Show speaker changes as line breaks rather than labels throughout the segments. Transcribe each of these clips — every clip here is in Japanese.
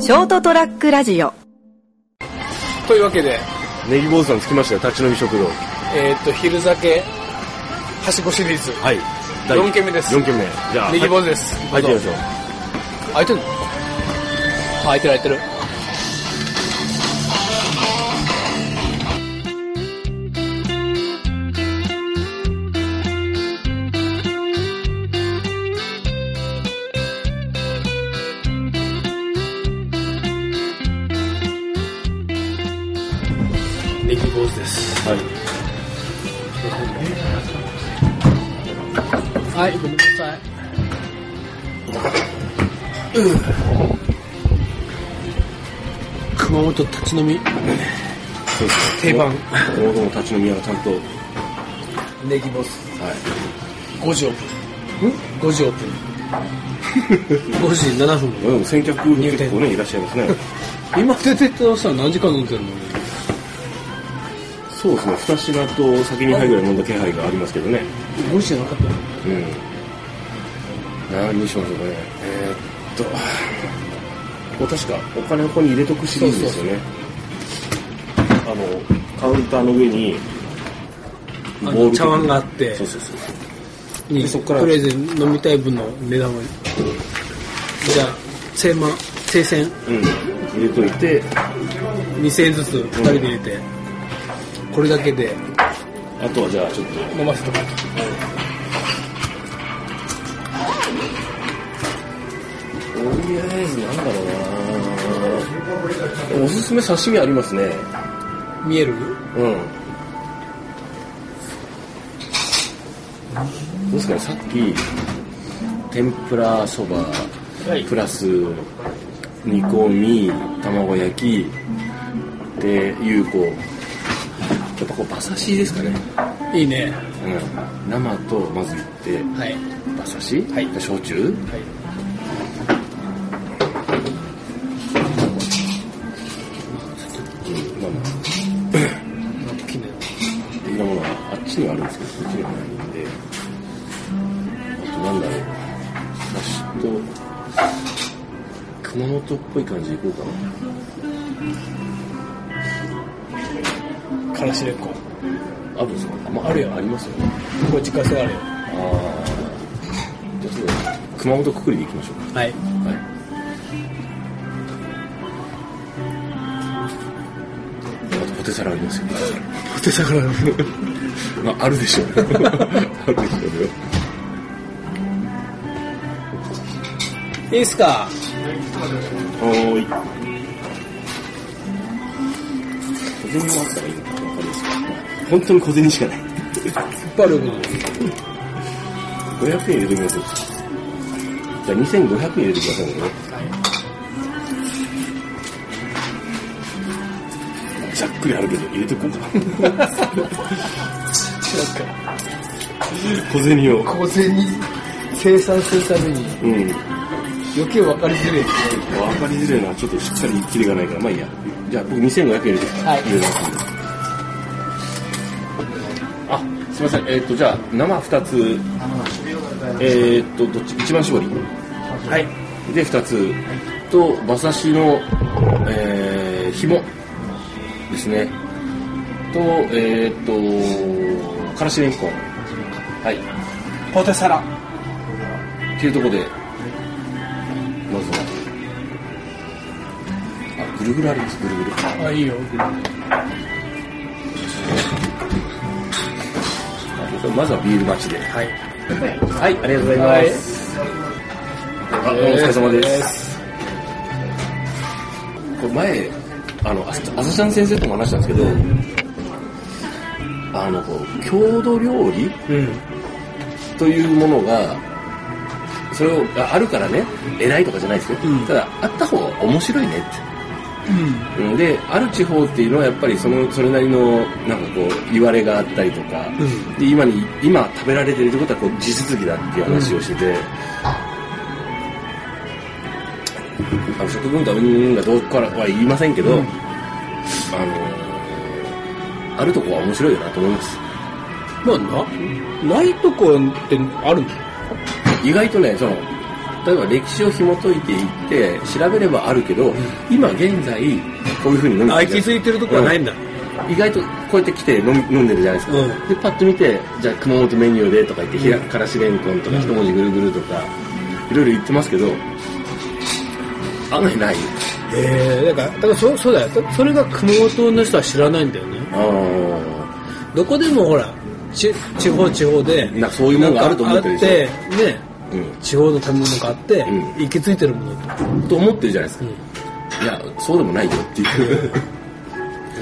ショートトラックラジオ
というわけで、
ネギ坊主さん着きましたよ立ち飲み食堂
えーっと、昼酒、はしごシリーズ。
はい
第四軒目です
4軒目じゃあ
ネギ坊主です。
はい入ってみましょう
開いてるの開いてる開いてる。ネギ坊主です。
はい
はい、ごめんなさい。熊本立ち飲み
そうですね
定番
王道の立ち飲み屋がちゃんとはい
ネギボス5時オープンん5時オープン5時7分
でも先客結構ねいらっしゃい ますね
今出てったのさ何時間飲んでんの
そうですね2品と先に杯ぐらい飲んだ気配がありますけどね
5時じゃなかったの
うん何にしましょうかねえーっともう確かお金をここに入れとくシリーズですよねあのカウンターの上に
あの
ボール的
茶碗があって
そうそうそうそう
に
そっから
とりあえず飲みたい分の値段をじゃあ精米精選
うん入れといて
2000円ずつ2人で入れて、これだけで
あとはじゃあちょっと
飲ませとか
とりあえずなんだろうなおすすめ刺身ありますね
見える
うんどうですかねさっき天ぷらそばプラス煮込み卵焼きで有効やっぱこう馬刺しですかね、
いいね
うん、生とまずいって
はい
馬刺し、
はい
焼酎
はい
うんまあまあ
なんか記念
いろんなものがあっちにはあるんですけど、こっちにはないんで、あとなんだろう、刺しと、熊本っぽい感じでいこうか
からしれんこ
な。あるんですか、まあ、
あるよ
ありますよね。
これ自家製あるよ
ああ。じゃあちょっと、熊本くくりでいきましょう
はい
か。はい。あとポテサラありますよ。
ポテサラの
まあ、あるでしょうね。 あるでしょうね。
いいっすか
はーい。小銭もあったらいいのかわかるんですけど、本当に小銭しかない。
引っ張る分
500円入れてきますよ。じゃあ2500円入れてくださいね。ざっくりあるけど、入れてこうか。 小銭を。
小銭生産するために
うん。
余計分かりづらい
わかりづらいのはちょっとしっかり切れがないから、まあいいや。じゃあ僕2500円入れて、
はい
入れますんで。あ、すいません。えーっ、と、じゃあ生2つ、えーっ、と、どっち、一番絞り。
はい
で、2つと、馬刺しの、えー、紐ですね。と、えーっ、と、からしれんこん。はい。
ポテサラ
っていうところで、まずは、あ、ぐるぐるあります、ぐるぐる。
あいいよ
まずはビール待ちで。
はい
はい、ありがとうございます。あ、どうもお疲れ様です。これ前、あの、あさあさちゃん先生とも話したんですけど、あの、こう郷土料理
うん
というものが、それを、ああるからね、偉いとかじゃないですよ。
うん
ただ、あった方が面白いねって。うんである地方っていうのはやっぱりそのそれなりのなんかこう言われがあったりとか、
ん
で今に今食べられてるってことはこう地続きだっていう話をしてて、あの食文化うんぬんがどうからは言いませんけど、
うん
あのあるとこは面白いよなと思います
まあなないとこってあるの
意外とねその例えば歴史を紐解いていって調べればあるけど、今現在こういうふうに飲み
あ行き過ぎてるとこはないんだ
意外とこうやって来て飲み飲んでるじゃないですか、
うん
でパッと見てじゃあ熊本メニューでとか言って、ひらからしれんこんとか一文字ぐるぐるとかいろいろ言ってますけど案外ない
ええだからだからそそうだよそれが熊本の人は知らないんだよね
ああ
どこでもほらち地方地方で
なんかそういうものがあると思ってるでしょ
なんかあってね地方の食べ物があって、
うん
行き着いてるものと、
うんと思ってるじゃないですかいやそうでもないよっていう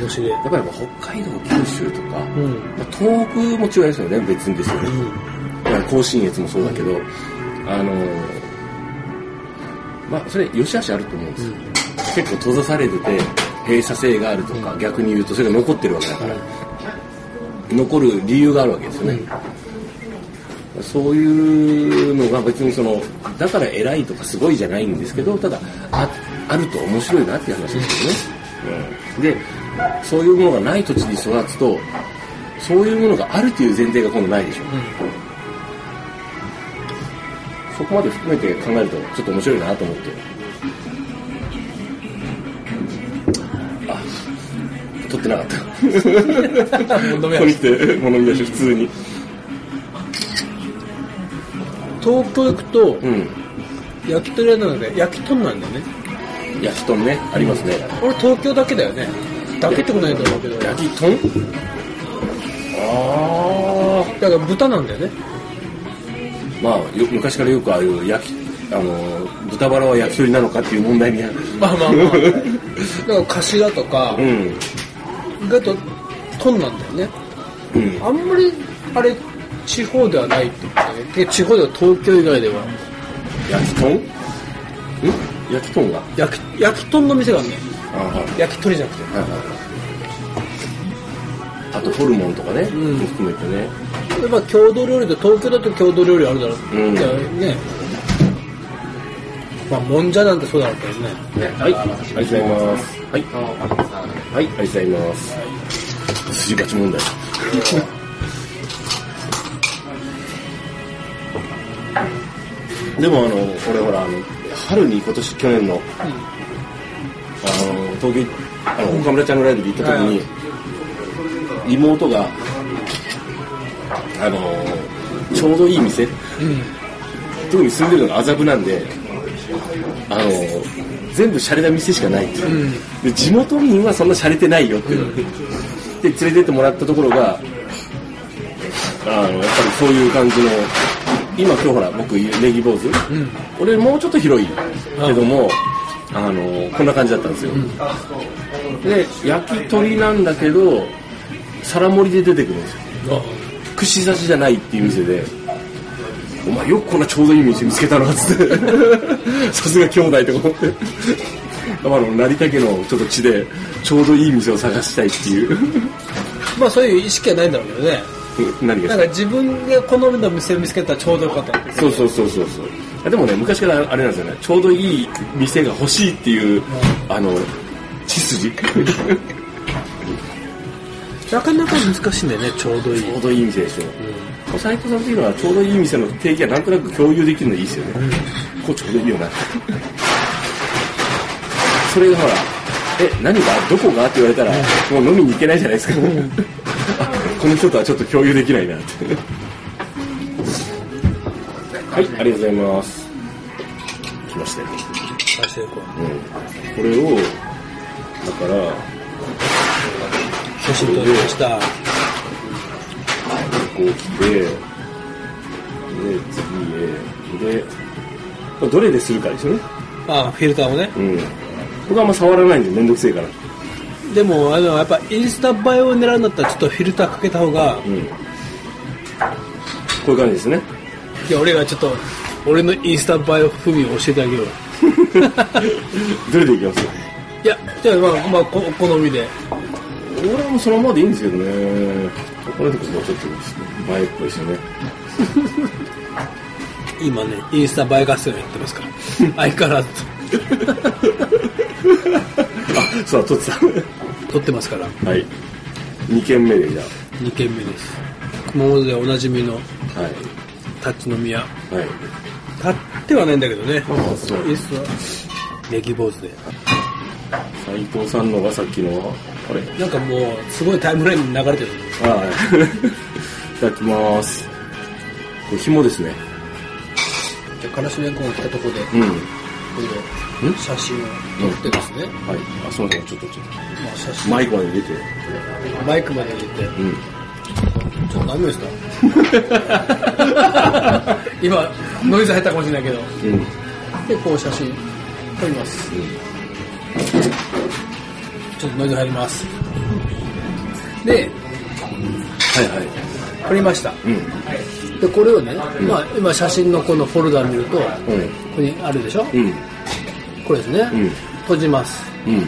面 白い
やっぱり北海道九州とか、
うん、
まあ東北も違いですよね別にですよね、まあ甲信越もそうだけど、あのーまあそれ良し悪しあると思うんですよ、結構閉ざされてて閉鎖性があるとか、逆に言うとそれが残ってるわけだから、残る理由があるわけですよね、そういうのが別にそのだから偉いとかすごいじゃないんですけどただああると面白いなっていう話ですよね、うん、でそういうものがない土地に育つとそういうものがあるという前提が今度ないでしょ、そこまで含めて考えるとちょっと面白いなと思ってあ撮ってなかった
もう
こ
飲め
こ に来て物見出し普通に
東京行くと、
うん
焼き鳥屋なので焼き鳥なんだよね
焼き豚ねありますね、
俺東京だけだよねだけってことないと思うけどだ
焼き豚ああ
から豚なんだよね
まあよ昔からよくああいう焼きあの豚バラは焼き鳥なのかっていう問題にある
まあまあまあだから頭とか
う、ん
がとトンなんだよね
うん
あんまりあれ地方ではないってことだねてか地方では東京以外では
焼き豚ん焼き豚が
焼き焼き豚の店があるね
あーはい
焼き鳥じゃなくて
はいはいはいあとホルモンとかね、
ん
含めてね
やっぱ郷土料理で東京だと郷土料理あるだろうって、
うん
ねまあもんじゃなんてそうだろうけどね
はいありがとうございますはいはいありがとうございますすり鉢問題でもあの俺ほらあの春に今年去年の、あの東京あの岡村ちゃんのライブで行った時に、妹があのちょうどいい店、特に住んでるのが麻布なんであの全部洒落た店しかないっていう、で地元民はそんな洒落てないよっていう、で連れてってもらったところがあのやっぱりそういう感じの今今日ほら僕ネギ坊主、俺もうちょっと広いけどもあのこんな感じだったんですよ、で焼き鳥なんだけど皿盛りで出てくるんですよ串刺しじゃないっていう店で、お前よくこんなちょうどいい店見つけたなっつって さすが兄弟とか思って あの成田家のちょっと地でちょうどいい店を探したいっていう
まあそういう意識はないんだろうけどね
何が
なんか自分が好みの店を見つけたらちょうどよかったんです
そうそうそうそうそうあでもね昔からあれなんですよねちょうどいい店が欲しいっていう、あの血筋ち
なかなか難しいんだよねちょうどいい
ょうどいい店でしょ、斉藤さんっていうのはちょうどいい店の定義はなんとなく共有できるのいいですよね、こうちょうどいいよなそれがほらえ何がどこがって言われたら、もう飲みに行けないじゃないですか、あこの人とはちょっと共有できないなってはいありがとうございます来ましたよ
最成功
うんこれをだから
写真撮りました
こう来て、で、次へ、で、これどれでするかですよね。
あフィルターをね
うん。僕はあんま触らないんでめんどくせえから。
でもあのやっぱインスタ映えを狙うんだったらちょっとフィルターかけた方が、
うん。こういう感じですね。
いや俺がちょっと俺のインスタ映えを風味を教えてあげよう
どれでいきます
いやじゃあまあ、まあ、こお好みで
俺はもうそのままでいいんですけどね。これとこそちょっと映えっぽいですよね。
今ねインスタ映え合戦をやって ますから相変わらず
あ、そうだ、撮ってた。
撮ってますから
はい。2軒目でじゃ
2軒目です熊本でおなじみの
あ。はい。
タッチの宮
はい。
立ってはないんだけどね。
あそう
椅子は。ネギ坊主で。
斎藤さんのがさっきのあれ
なんかもう、すごいタイムラインに流れてる。
はい いただきますこれ紐ですね
じゃあ、からしれんこんが来たところで、
うん
この写真を撮ってですね。
はいあすいませんちょっとちょっ
まあ、写
と
真。
マイクまで出て
マイクまで入れて。
うん
ちょっとダメでした 今、ノイズ入ったかもしれないけど。
うんうん
で、こう写真撮ります。ちょっとノイズ入ります。で、
はいはい
撮りました。
うん
で、これをね、まあ、今写真のこのフォルダ見ると、こ
うん
こにあるでしょ
うん
これですね。
うん
閉じます。
うん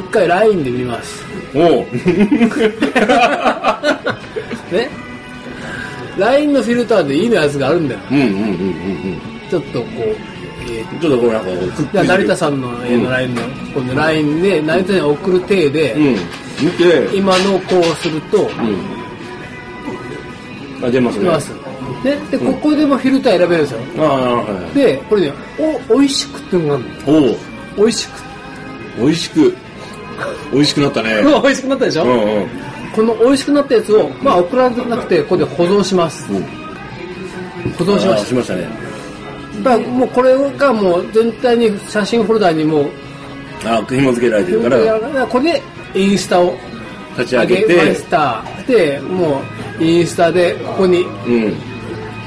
一回ラインで見 ます。
おう
ね。ラインのフィルターでいいのやつがあるんだよ。
うんうんうんうん
ちょっとこう、えー
うんちょっとこれなんかくっついて
じゃあ
る
成田さんの絵の LINE の、この LINE で、成田さんに送る体で、
うん見て
今のをこうすると、
うんあ出ます
い
ね
ます。ね、で、ここでもフィルター選べるんですよ。
ああはい
で、これね、お、美味しくっていうのがあるの。
おう
美味しく。
美味しく美味しくなったね
うわ美味しくなったでし
う
ょ、
んうん
この美味しくなったやつを、まあ送られてなくて、ここで保存します。
うん
保存しま
あ
し
ーしましたね
た。だからもうこれがもう全体に写真フォルダにもう、
あー紐付けられてるから
これでインスタを
立ち
上
上げ
げま
て
し、た。で、もうインスタでここに、
うん、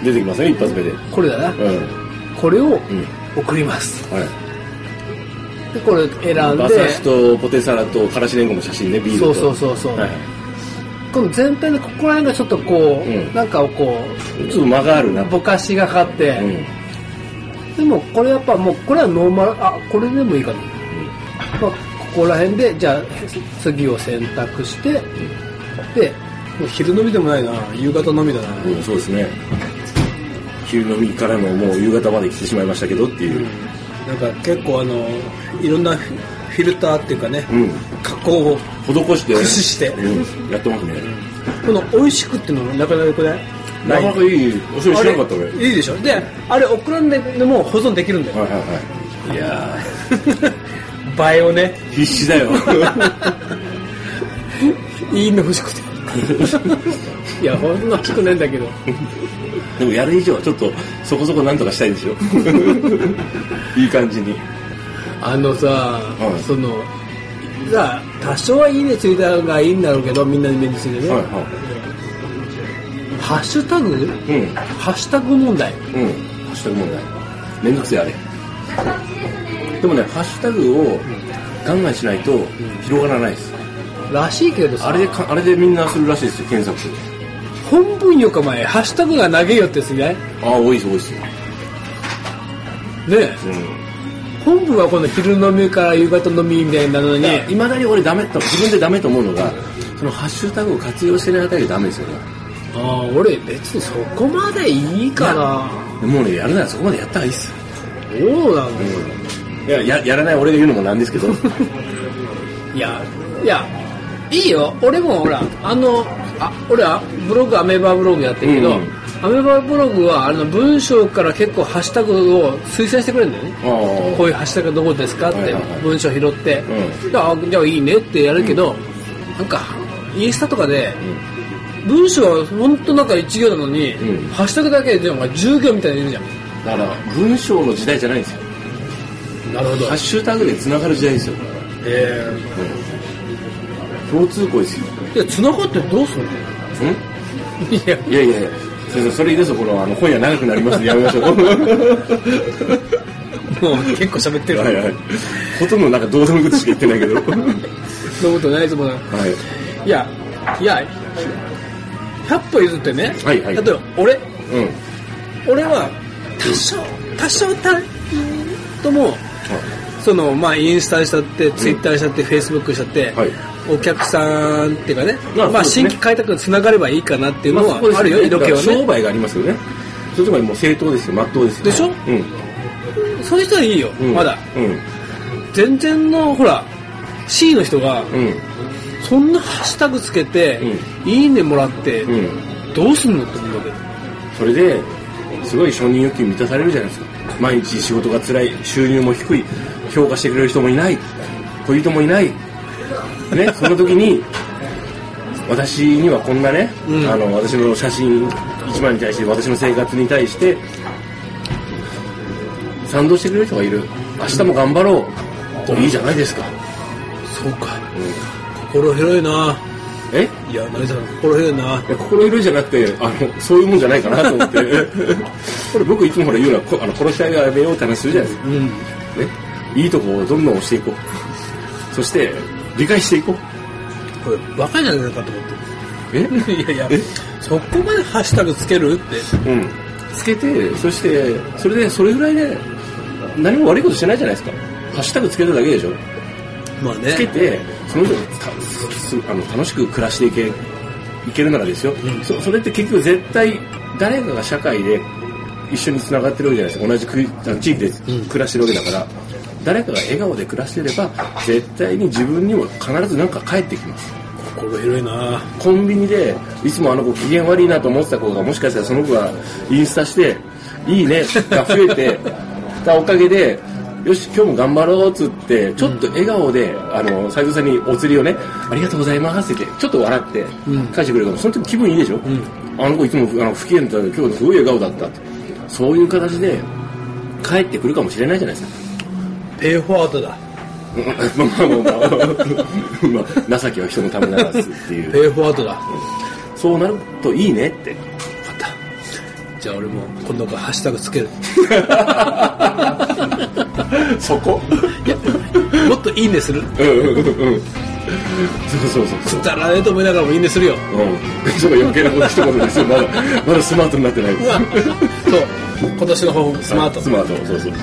出てきますね一発目で
これだな。
うん
これを
うん
送ります。
はい
で、これ選ん
馬刺し
で、
とポテサラとからしれんこの写真ねビール
そう
と
そうそうそう。
はい
この全体のここら辺がちょっとこう、
うん
なんかこ
ちょっと間があるな
う、ぼかしがかかって、
うんうん
でもこれやっぱもう、これはノーマル、あ、これでもいいかな。まあ、ここら辺で、じゃあ次を選択して、で、もう昼飲みでもないな、夕方飲みだな。
うんそうですね昼飲みからのもう夕方まで来てしまいましたけどっていう
なんか結構あの、いろんなフィフィルターっていうかね、
うん
加工を、
施して
駆使して
うんやってますね
この美味しくっていうのもなかなかこれ、
なかなかいいお仕事
あ
し
れ
なかった俺
いいでしょで、あれ送らんでも保存できるんだよ。
はいはいはいいや
映えをね、
ー必死だよ
いいの欲しくて。 いや、ほんの欲しくないんだけど。
でもやる以上はちょっとそこそこなんとかしたいんですよ いい感じに
あのさ、
い
その、さ多少はいいねついたのがいいんだろうけど、みんなに目についてね、
はいは
ハッシュタグ
いうん
ハッシュタグ問題。
うん、ハッシュタグ問題。めんどくせえ、あれ。でもね、ハッシュタグをガンガンしないと広がらないです。
らしいけどさ、
あれでか、あれでみんなするらしいですよ、検索。
本文よか前、ハッシュタグが長えよってすね。
ああ、多いです、多いですよ。
ねえ本文はこの昼飲みから夕方飲みみたいなの
うん。
に、
いまだに俺ダメと、自分でダメと思うのが、そのハッシュタグを活用してないあたりがダメですよね。
ああ、俺別にそこまでいいかな。
もうね、やるならそこまでやったらいいっす。
そうなの、
いや、ややらない俺が言うのもなんです けど。
いや、いや、いいよ。俺もほら、あの、あ、俺はブログ、アメーバブログやってるけど、
うん
アメーバブログはあの文章から結構ハッシュタグを推薦してくれるんだよね。
ああ
こういうハッシュタグどこですかっ
はい
て
はいはい
文章拾って、
う
であじゃあいいねってやるけど、なんかインスタとかで、文章は本当なんか1行なのに、
うん
ハッシュタグだけでなんか10行みたいにいるじゃん。
だから、文章の時代じゃないんですよ。
なるほ
ハッシュタグで繋がる時代ですよ。
え
共通項ですよ。
ー、で、繋がってどうするのい
ん
や、
いやいやいや、先生、それ言い出すところ、あの、今夜長くなりますんでやめましょう。
もう結構喋ってるか
は
ら。
いはい。ほとんどなんかどうでもいいことしか言ってないけ ど。は
そんなことないですもん。
い。
いや、いや、100歩譲ってね、
はいはい
例えば俺、
うん。
俺は多少、多少たりとも、その、まあ、インスタにしたって、ツイッターにしたって、フェイスブックにしたって、
はい
お客さんっていうかね、
まあ
まあ、
そうです
新
ね
規開拓につながればいいかなっていうのは
そこです
あるよ、色気は
商
ね。
売がありますよね。それとかもう正当ですよ、真っ当ですよ。
でしょ
う
そういう人はいいよ、
ん。うん
まだ。。
うん。
全然の、ほら、C の人が、
うん。
そんなハッシュタグつけて、
う
いいねもらって、
うん。
どうすんのって思うわけ。
それで、すごい承認欲求満たされるじゃないですか。毎日仕事が辛い収入も低い評価してくれる人もいない恋人もいない、ね、その時に私にはこんなね、
うん
あの私の写真一枚に対して私の生活に対して賛同してくれる人がいる明日も頑張ろう、いいじゃないですか、
そうか。
うん
心広いな
え
いや、成田さん、心広いない
や心色じゃなくてあのそういうもんじゃないかなと思って これ僕いつもほら言うのはこあの殺し合いはやめようって話するじゃないですか
うん。
ね、いいとこをどんどん押していこう。そして、理解していこう。
これ、バカじゃないかと思って。
え
いやいや
え、
そこまでハッシュタグつけるって。
うん。つけて、そして、それで、それぐらいで、何も悪いことしてないじゃないですか。ハッシュタグつけただけでしょ。
まあね。
つけて、その人がたすすあの楽しく暮らしていけ、いけるならですよ、
うん
そ。それって結局絶対、誰かが社会で一緒に繋がってるわけじゃないですか。同じ区あの地域で
うん
暮らしてるわけだから、誰かが笑顔で暮らしてれば、絶対に自分にも必ず何か返ってきます。
心広いな
コンビニでいつもあの子機嫌悪いなと思ってた子がもしかしたらその子がインスタして「いいね」が増えてたおかげでよし今日も頑張ろうっつってちょっと笑顔であの斉藤さんにお釣りをね「ありがとうございます」って言ってちょっと笑って
うん
返してくれるかもその時気分いいでしょ、
ん
あの子いつもあの不機嫌だったけど今日すごい笑顔だったってそういう形で帰ってくるかもしれないじゃないですか
ペイフォワードだ。
まあまあまあまあ、まあ、情けは人のためならずっていう
ペイフォワードだ。
そうなるといいねって。
また。じゃあ俺も今度からハッシュタグつける。
そこ
いや、もっといいねする。
うんうんうんうん。そうそうそうそう。
だらねえと思いながらもいいねするよ。
うん。そこ余計なこと一言ですよ。まだ、まだスマートになってないう
わそう。今年の抱負、スマート。
スマート、そうそう。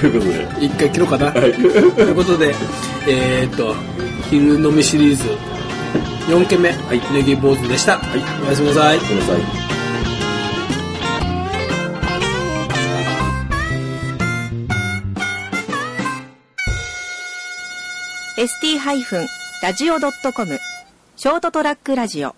ということで。
一回切ろうかな。
はい。
ということで、えーっと、昼飲みシリーズ4件目、
い
ネギ坊主でした。
い
おやすみなさい。
ごめんなさい。
ST-radio.com ショートトラックラジオ